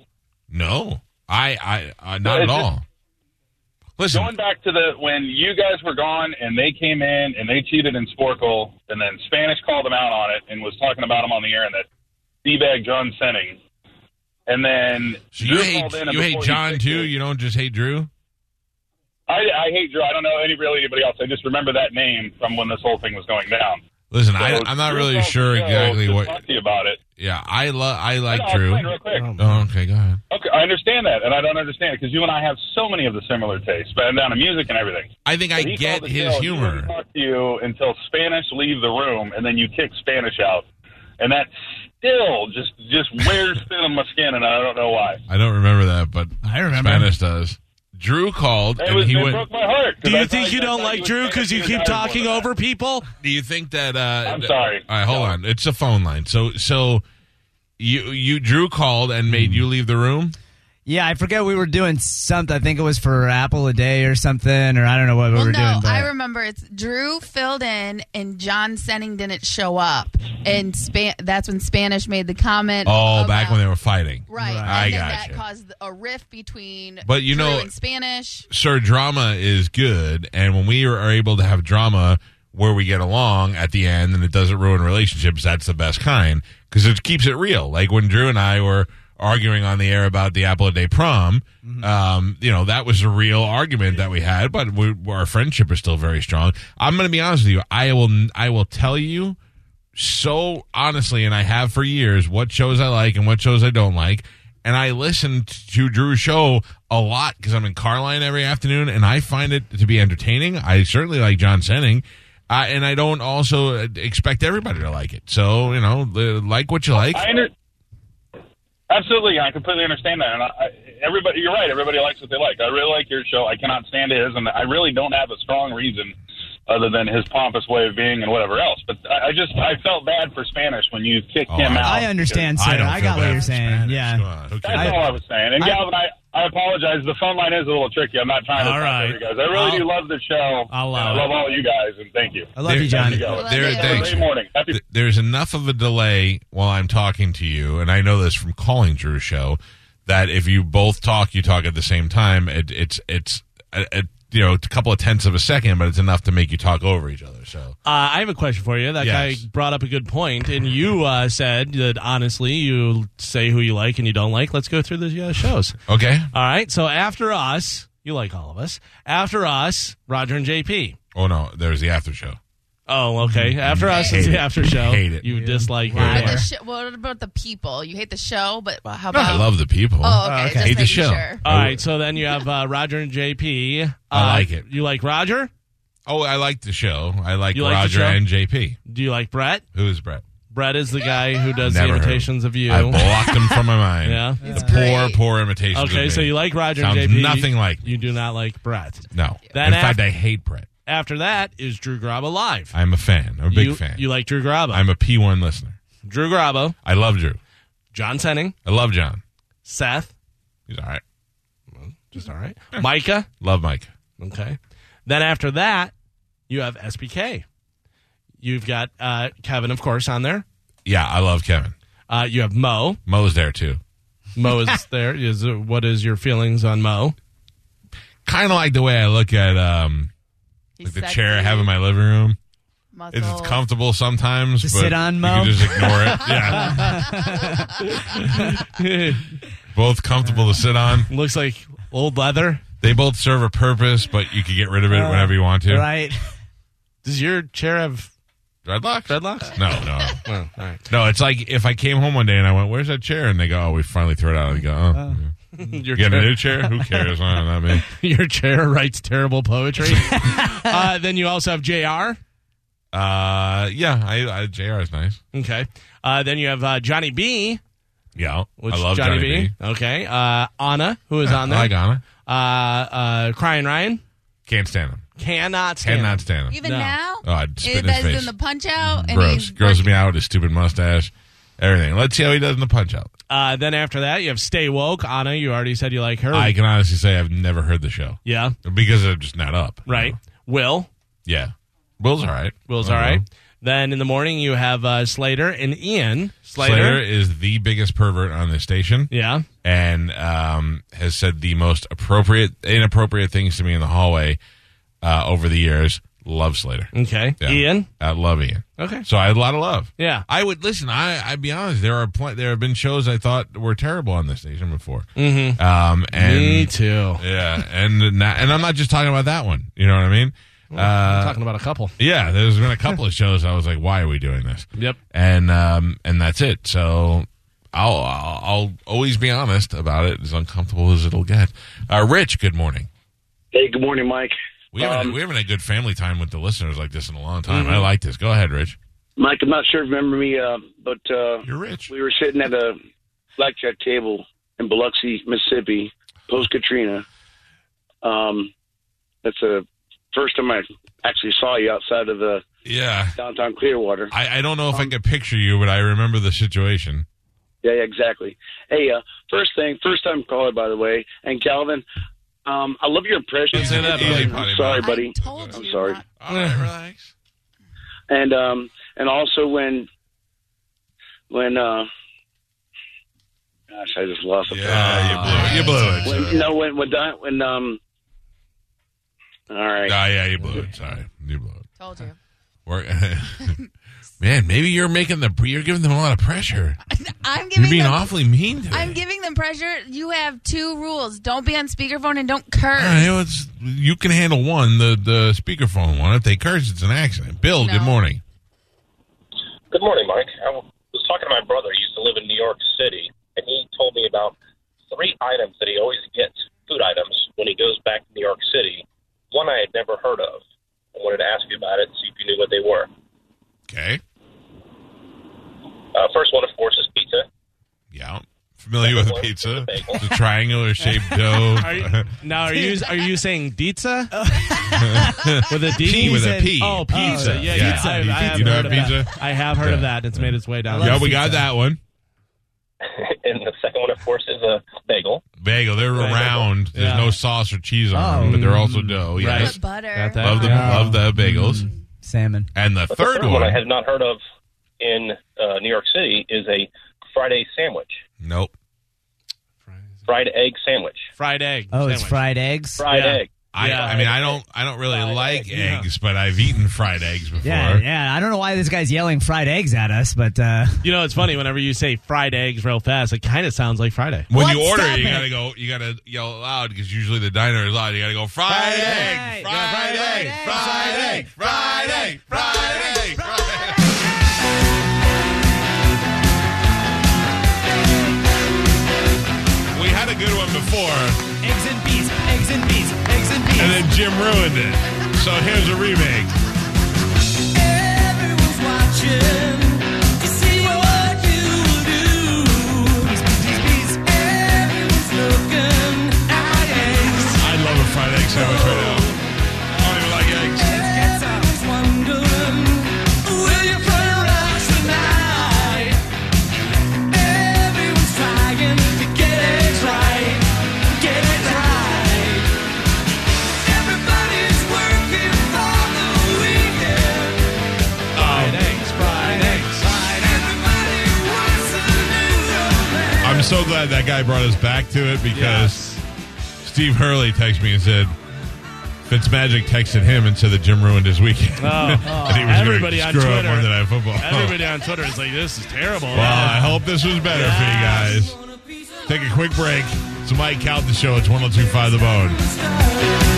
[SPEAKER 1] No, I. I uh, not
[SPEAKER 15] Well,
[SPEAKER 1] at
[SPEAKER 15] it's
[SPEAKER 1] all. Listen,
[SPEAKER 15] Going back to the when you guys were gone and they came in and they cheated in Sporkle, and then Spanish called them out on it and was talking about him on the air and that D-bag John Senning. And then
[SPEAKER 1] so you
[SPEAKER 15] Drew
[SPEAKER 1] hate
[SPEAKER 15] called in and
[SPEAKER 1] you hate
[SPEAKER 15] before he
[SPEAKER 1] John
[SPEAKER 15] fixed
[SPEAKER 1] too.
[SPEAKER 15] it-
[SPEAKER 1] You don't just hate Drew.
[SPEAKER 15] I, I hate Drew. I don't know any really anybody else. I just remember that name from when this whole thing was going down.
[SPEAKER 1] Listen, I,
[SPEAKER 15] So
[SPEAKER 1] I'm not
[SPEAKER 15] Drew
[SPEAKER 1] really
[SPEAKER 15] called the
[SPEAKER 1] sure
[SPEAKER 15] show
[SPEAKER 1] exactly
[SPEAKER 15] to
[SPEAKER 1] what.
[SPEAKER 15] Talk to you about it.
[SPEAKER 1] Yeah, I love. I like
[SPEAKER 15] No, I'll
[SPEAKER 1] Drew.
[SPEAKER 15] explain real quick.
[SPEAKER 1] Oh, okay, go ahead.
[SPEAKER 15] Okay, I understand that, and I don't understand it because you and I have so many of the similar tastes, but down to music and everything.
[SPEAKER 1] I think I
[SPEAKER 15] But he
[SPEAKER 1] get
[SPEAKER 15] called the
[SPEAKER 1] his
[SPEAKER 15] show, he
[SPEAKER 1] humor.
[SPEAKER 15] wouldn't Talk to you until Spanish leave the room, and then you kick Spanish out, and that still just just wears thin on my skin, and I don't know why.
[SPEAKER 1] I don't remember that, but
[SPEAKER 4] I
[SPEAKER 1] remember Spanish does. Drew called
[SPEAKER 15] It
[SPEAKER 1] and
[SPEAKER 15] was-
[SPEAKER 1] he
[SPEAKER 15] it
[SPEAKER 1] went.
[SPEAKER 15] broke my heart. 'cause
[SPEAKER 2] Do
[SPEAKER 15] I
[SPEAKER 2] you
[SPEAKER 15] thought
[SPEAKER 2] think you
[SPEAKER 15] I
[SPEAKER 2] don't
[SPEAKER 15] thought
[SPEAKER 2] like
[SPEAKER 15] was
[SPEAKER 2] Drew because you
[SPEAKER 15] Spanish and
[SPEAKER 2] keep
[SPEAKER 15] I was
[SPEAKER 2] talking
[SPEAKER 15] one of
[SPEAKER 2] over people?
[SPEAKER 1] Do you think that? Uh,
[SPEAKER 15] I'm sorry.
[SPEAKER 1] All right, hold on. It's a phone line. So so you you Drew called and made
[SPEAKER 3] Mm-hmm.
[SPEAKER 1] you leave the room.
[SPEAKER 4] Yeah, I forget we were doing something. I think it was for Apple a Day or something, or I don't know what we
[SPEAKER 3] Well,
[SPEAKER 4] were
[SPEAKER 3] no,
[SPEAKER 4] doing. but-
[SPEAKER 3] I remember it's Drew filled in and John Senning didn't show up, and Span- that's when Spanish made the comment.
[SPEAKER 1] Oh, back
[SPEAKER 3] about-
[SPEAKER 1] when they were fighting.
[SPEAKER 3] right.
[SPEAKER 1] I
[SPEAKER 3] and then
[SPEAKER 1] got
[SPEAKER 3] That caused a rift between.
[SPEAKER 1] But you
[SPEAKER 3] Drew
[SPEAKER 1] know-
[SPEAKER 3] and Spanish.
[SPEAKER 1] Sir, drama is good, and when we are able to have drama where we get along at the end and it doesn't ruin relationships, that's the best kind because it keeps it real. Like when Drew and I were arguing on the air about the Apple a Day prom, um, you know, that was a real argument that we had, but we, our friendship is still very strong. I'm going to be honest with you. I will, I will tell you so honestly, and I have for years, what shows I like and what shows I don't like. And I listen to Drew's show a lot because I'm in Carline every afternoon, and I find it to be entertaining. I certainly like John Senning, uh, and I don't also uh, expect everybody to like it. So you know, li- like what you like.
[SPEAKER 15] I under- Absolutely, I completely understand that, and I, I, everybody, you're right. Everybody likes what they like. I really like your show. I cannot stand his, and I really don't have a strong reason other than his pompous way of being and whatever else. But I, I just I felt bad for Spanish when you kicked
[SPEAKER 2] Oh,
[SPEAKER 15] him out.
[SPEAKER 4] I understand, sir.
[SPEAKER 15] I don't
[SPEAKER 4] I,
[SPEAKER 15] feel
[SPEAKER 4] got what
[SPEAKER 15] bad
[SPEAKER 4] you're
[SPEAKER 15] for
[SPEAKER 4] saying. Yeah.
[SPEAKER 15] That's all I was saying. And Galvin, I, I apologize. The phone line is a little tricky. I'm not trying to
[SPEAKER 2] All
[SPEAKER 15] talk
[SPEAKER 2] right.
[SPEAKER 15] over you guys. I really do love the show.
[SPEAKER 2] I'll uh, allow
[SPEAKER 15] And I love
[SPEAKER 2] it.
[SPEAKER 15] all you guys, and thank you.
[SPEAKER 4] I love you, John.
[SPEAKER 15] Galvin.
[SPEAKER 1] There,
[SPEAKER 15] Have a
[SPEAKER 1] thanks.
[SPEAKER 15] great morning. Happy
[SPEAKER 1] Th- There's enough of a delay while I'm talking to you, and I know this from calling Drew's show that if you both talk, you talk at the same time. It, it's it's a, a, you know it's a couple of tenths of a second, but it's enough to make you talk over each other. So
[SPEAKER 2] Uh, I have a question for you. That
[SPEAKER 1] Yes.
[SPEAKER 2] guy brought up a good point, and you uh, said that honestly, you say who you like and you don't like. Let's go through the uh, shows.
[SPEAKER 1] okay,
[SPEAKER 2] All right. So after us, you like all of us. After us, Roger and JP.
[SPEAKER 1] oh no, there's the after show.
[SPEAKER 2] Oh, okay. After us
[SPEAKER 1] Hate
[SPEAKER 2] is
[SPEAKER 1] it.
[SPEAKER 2] the after show.
[SPEAKER 1] Hate it.
[SPEAKER 2] You dislike
[SPEAKER 3] But
[SPEAKER 2] her.
[SPEAKER 3] the sh- what about the people? You hate the show, but well, how
[SPEAKER 1] No,
[SPEAKER 3] about?
[SPEAKER 1] I love the people.
[SPEAKER 3] Oh, okay, just
[SPEAKER 1] Hate the
[SPEAKER 3] making
[SPEAKER 1] show.
[SPEAKER 3] sure.
[SPEAKER 2] All right. So then you have uh, Roger and JP. Uh,
[SPEAKER 1] I like it.
[SPEAKER 2] You like Roger?
[SPEAKER 1] Oh, I like the show. I like
[SPEAKER 2] You like the
[SPEAKER 1] Roger
[SPEAKER 2] show?
[SPEAKER 1] and JP.
[SPEAKER 2] Do you like Brett?
[SPEAKER 1] Who is Brett?
[SPEAKER 2] Brett is the guy who does
[SPEAKER 1] Never
[SPEAKER 2] the
[SPEAKER 1] heard.
[SPEAKER 2] imitations of you.
[SPEAKER 1] I blocked him from my mind.
[SPEAKER 2] Yeah.
[SPEAKER 1] It's poor, poor imitation.
[SPEAKER 2] Okay, so you like Roger
[SPEAKER 1] Sounds
[SPEAKER 2] and JP.
[SPEAKER 1] nothing like
[SPEAKER 2] You do not like Brett.
[SPEAKER 1] no.
[SPEAKER 2] Then
[SPEAKER 1] In fact,
[SPEAKER 2] after-
[SPEAKER 1] I hate Brett.
[SPEAKER 2] After that is Drew Grabo live.
[SPEAKER 1] I'm a fan. I'm a big
[SPEAKER 2] you,
[SPEAKER 1] fan.
[SPEAKER 2] You like Drew Grabo.
[SPEAKER 1] I'm a P1 listener.
[SPEAKER 2] Drew Grabo,
[SPEAKER 1] I love Drew.
[SPEAKER 2] John Senning,
[SPEAKER 1] I love John.
[SPEAKER 2] Seth.
[SPEAKER 1] He's all right.
[SPEAKER 2] Just all right. Micah.
[SPEAKER 1] Love Mike.
[SPEAKER 2] Okay. Then after that, you have SBK. You've got uh, Kevin, of course, on there.
[SPEAKER 1] Yeah, I love Kevin.
[SPEAKER 2] Uh, you have Mo.
[SPEAKER 1] Mo's there too.
[SPEAKER 2] Mo is there. Is uh, what is your feelings on Mo?
[SPEAKER 1] Kind of like the way I look at um
[SPEAKER 3] He's
[SPEAKER 1] like the
[SPEAKER 3] sexy,
[SPEAKER 1] chair I have in my living room. It's,
[SPEAKER 3] muscles.
[SPEAKER 1] it's comfortable sometimes,
[SPEAKER 4] To
[SPEAKER 1] but
[SPEAKER 4] sit on,
[SPEAKER 1] you
[SPEAKER 4] Mo?
[SPEAKER 1] can just ignore it. Yeah, both comfortable to sit on.
[SPEAKER 2] Looks like old leather.
[SPEAKER 1] They both serve a purpose, but you can get rid of it whenever you want to.
[SPEAKER 4] Right.
[SPEAKER 2] Does your chair have
[SPEAKER 1] Dreadlocks?
[SPEAKER 2] dreadlocks?
[SPEAKER 1] No, no,
[SPEAKER 2] Oh, all right.
[SPEAKER 1] no. It's like if I came home one day and I went, "Where's that chair?" and they go, "Oh, we finally threw it out." I go, "Oh, yeah.
[SPEAKER 2] Your
[SPEAKER 1] you got a
[SPEAKER 2] chair-
[SPEAKER 1] new chair? Who cares? Oh, not me."
[SPEAKER 2] your chair writes terrible poetry. uh, then you also have JR.
[SPEAKER 1] Uh, yeah, I, I Jr. is nice.
[SPEAKER 2] Okay. Uh, then you have uh, Johnny B.
[SPEAKER 1] Yeah,
[SPEAKER 2] Which
[SPEAKER 1] I love
[SPEAKER 2] Johnny,
[SPEAKER 1] Johnny,
[SPEAKER 2] B.
[SPEAKER 1] B.
[SPEAKER 2] Okay. Uh, Anna, who is on
[SPEAKER 1] I
[SPEAKER 2] there.
[SPEAKER 1] like Anna.
[SPEAKER 2] uh, uh, Crying Ryan.
[SPEAKER 1] Can't stand him.
[SPEAKER 2] Cannot stand.
[SPEAKER 1] Cannot stand him.
[SPEAKER 3] Even
[SPEAKER 2] No.
[SPEAKER 3] now,
[SPEAKER 1] Oh, I'd spit in his
[SPEAKER 3] that's
[SPEAKER 1] face.
[SPEAKER 3] in the punch out, and
[SPEAKER 1] Gross.
[SPEAKER 3] he's
[SPEAKER 1] Grosses me out with his stupid mustache. Everything. Let's see how he does in the punch out.
[SPEAKER 2] Uh, then after that, you have Stay Woke. Anna, you already said you like her.
[SPEAKER 1] I can honestly say I've never heard the show
[SPEAKER 2] Oh. yeah.
[SPEAKER 1] because I'm just not up.
[SPEAKER 2] Right. Will.
[SPEAKER 1] Yeah. Will's all right.
[SPEAKER 2] Will's
[SPEAKER 1] I
[SPEAKER 2] all
[SPEAKER 1] don't
[SPEAKER 2] right.
[SPEAKER 1] know.
[SPEAKER 2] Then in the morning, you have uh, Slater and Ian. Slater.
[SPEAKER 1] Slater. is the biggest pervert on this station
[SPEAKER 2] Yeah.
[SPEAKER 1] and um, has said the most appropriate, inappropriate things to me in the hallway uh, over the years. Love Slater.
[SPEAKER 2] Okay.
[SPEAKER 1] Yeah.
[SPEAKER 2] Ian.
[SPEAKER 1] I love Ian.
[SPEAKER 2] Okay.
[SPEAKER 1] So I had a lot of love.
[SPEAKER 2] Yeah.
[SPEAKER 1] I would listen. I I'd be honest. There are pl- there have been shows I thought were terrible on this station before. Mm-hmm. Um, and
[SPEAKER 2] Me too.
[SPEAKER 1] yeah, and not, and I'm not just talking about that one. You know what I mean?
[SPEAKER 2] I'm
[SPEAKER 1] Uh,
[SPEAKER 2] talking about a couple.
[SPEAKER 1] yeah, there's been a couple of shows I was like, why are we doing this?
[SPEAKER 2] Yep.
[SPEAKER 1] And um, and that's it. So I'll, I'll I'll always be honest about it, as uncomfortable as it'll get. Uh, Rich, good morning.
[SPEAKER 16] Hey, good morning, Mike. Um,
[SPEAKER 1] We haven't we haven't had good family time with the listeners like this in a long time.
[SPEAKER 16] Mm-hmm.
[SPEAKER 1] I like this. Go ahead, Rich.
[SPEAKER 16] Mike, I'm not sure if you remember me, uh, but uh,
[SPEAKER 1] you're rich.
[SPEAKER 16] We were sitting at a blackjack table in Biloxi, Mississippi, post Katrina. Um, that's the first time I actually saw you outside of the
[SPEAKER 1] Yeah,
[SPEAKER 16] downtown Clearwater.
[SPEAKER 1] I, I don't know if I could picture you, but I remember the situation.
[SPEAKER 16] Yeah, yeah, exactly. Hey, uh, first thing, first time caller, by the way, and Calvin, um, I love your impression. I'm sorry, buddy. I'm sorry.
[SPEAKER 1] All right, relax.
[SPEAKER 16] And um, and also when when uh, gosh, I just lost. it.
[SPEAKER 1] Yeah, you blew it. You blew it.
[SPEAKER 16] When, no, when when Don, when um. All right.
[SPEAKER 1] Ah, yeah, you blew it. Sorry, you blew it.
[SPEAKER 3] Told you.
[SPEAKER 1] Work- Man, maybe you're making the you're giving them a lot of pressure.
[SPEAKER 3] I'm giving
[SPEAKER 1] You're being
[SPEAKER 3] them,
[SPEAKER 1] awfully mean. To them.
[SPEAKER 3] I'm giving them pressure. You have two rules. Don't be on speakerphone and don't curse.
[SPEAKER 1] All right, well, it's- you can handle one, the the speakerphone one. If they curse, it's an accident. Bill, good
[SPEAKER 3] No.
[SPEAKER 1] morning.
[SPEAKER 12] Good morning, Mike. I was talking to my brother. He used to live in New York City, and he told me about three items that he always gets food items when he goes back to New York City. One I had never heard of. I wanted to ask you about it, see if you knew what they were.
[SPEAKER 1] Okay.
[SPEAKER 12] Uh, first one, of course, is pizza.
[SPEAKER 1] Yeah. Familiar with pizza? It's a triangular shaped dough.
[SPEAKER 2] Are you- now, are you are you saying pizza with a D?
[SPEAKER 1] P with a P.
[SPEAKER 2] Oh, pizza.
[SPEAKER 1] Oh,
[SPEAKER 2] yeah,
[SPEAKER 1] yeah.
[SPEAKER 2] yeah. I, I
[SPEAKER 1] Pizza.
[SPEAKER 2] have
[SPEAKER 1] You know
[SPEAKER 2] heard of
[SPEAKER 1] pizza?
[SPEAKER 2] that. I have heard of
[SPEAKER 1] Yeah.
[SPEAKER 2] that. It's made its way down.
[SPEAKER 1] yeah, we got that one.
[SPEAKER 12] and the second one, of course, is a bagel.
[SPEAKER 1] Bagel. They're round. There's
[SPEAKER 12] Yeah.
[SPEAKER 1] no sauce or cheese on them, but they're also dough.
[SPEAKER 12] Right.
[SPEAKER 1] Yes.
[SPEAKER 12] But butter. Got that.
[SPEAKER 1] Love the
[SPEAKER 12] Yeah.
[SPEAKER 1] love the bagels.
[SPEAKER 4] Salmon.
[SPEAKER 1] And the
[SPEAKER 12] But
[SPEAKER 1] third
[SPEAKER 12] one, I
[SPEAKER 1] one.
[SPEAKER 12] had not heard of in uh, New York City is a Friday sandwich,
[SPEAKER 1] Nope.
[SPEAKER 12] fried egg sandwich.
[SPEAKER 2] Fried egg.
[SPEAKER 4] Oh, it's fried eggs.
[SPEAKER 12] Fried egg.
[SPEAKER 1] I,
[SPEAKER 12] Yeah.
[SPEAKER 1] I mean, I don't, I don't really like
[SPEAKER 4] yeah.
[SPEAKER 1] eggs, but I've eaten fried eggs before.
[SPEAKER 4] Yeah, yeah. I don't know why this guy's yelling fried eggs at us, but uh,
[SPEAKER 2] You know, it's funny whenever you say fried eggs real fast, it kind of sounds like Friday.
[SPEAKER 1] When you order, it, you gotta go. You gotta yell loud because usually the diner is loud. You gotta go fried egg, fried egg, fried egg, fried egg, fried egg. We had a good one before,
[SPEAKER 4] eggs and bees, eggs and bees, eggs and bees.
[SPEAKER 1] and then Jim ruined it. So here's a remake.
[SPEAKER 7] Everyone's watching to see what you will do. Everyone's looking at my eggs.
[SPEAKER 1] I love a fried egg sandwich right now. I don't even like eggs.
[SPEAKER 7] Everyone's wondering, will you find out tonight? Everyone's trying to get it right, get it right. Everybody's working for the weekend.
[SPEAKER 1] Fried
[SPEAKER 2] eggs, fried eggs,
[SPEAKER 7] fried Everybody wants a new romance.
[SPEAKER 1] I'm so glad that guy brought us back to it because Steve Hurley texted me and said Fitzmagic texted him and said that Jim ruined his weekend.
[SPEAKER 2] Oh.
[SPEAKER 1] that he was gonna
[SPEAKER 2] Everybody on
[SPEAKER 1] screw up
[SPEAKER 2] Twitter-
[SPEAKER 1] Monday Night Football.
[SPEAKER 2] Everybody on Twitter is like, this is terrible.
[SPEAKER 1] Well, I hope this was better for you guys. Take a quick break. It's oh the Mike Calvin Show. It's 1025 The Bone.
[SPEAKER 7] Style.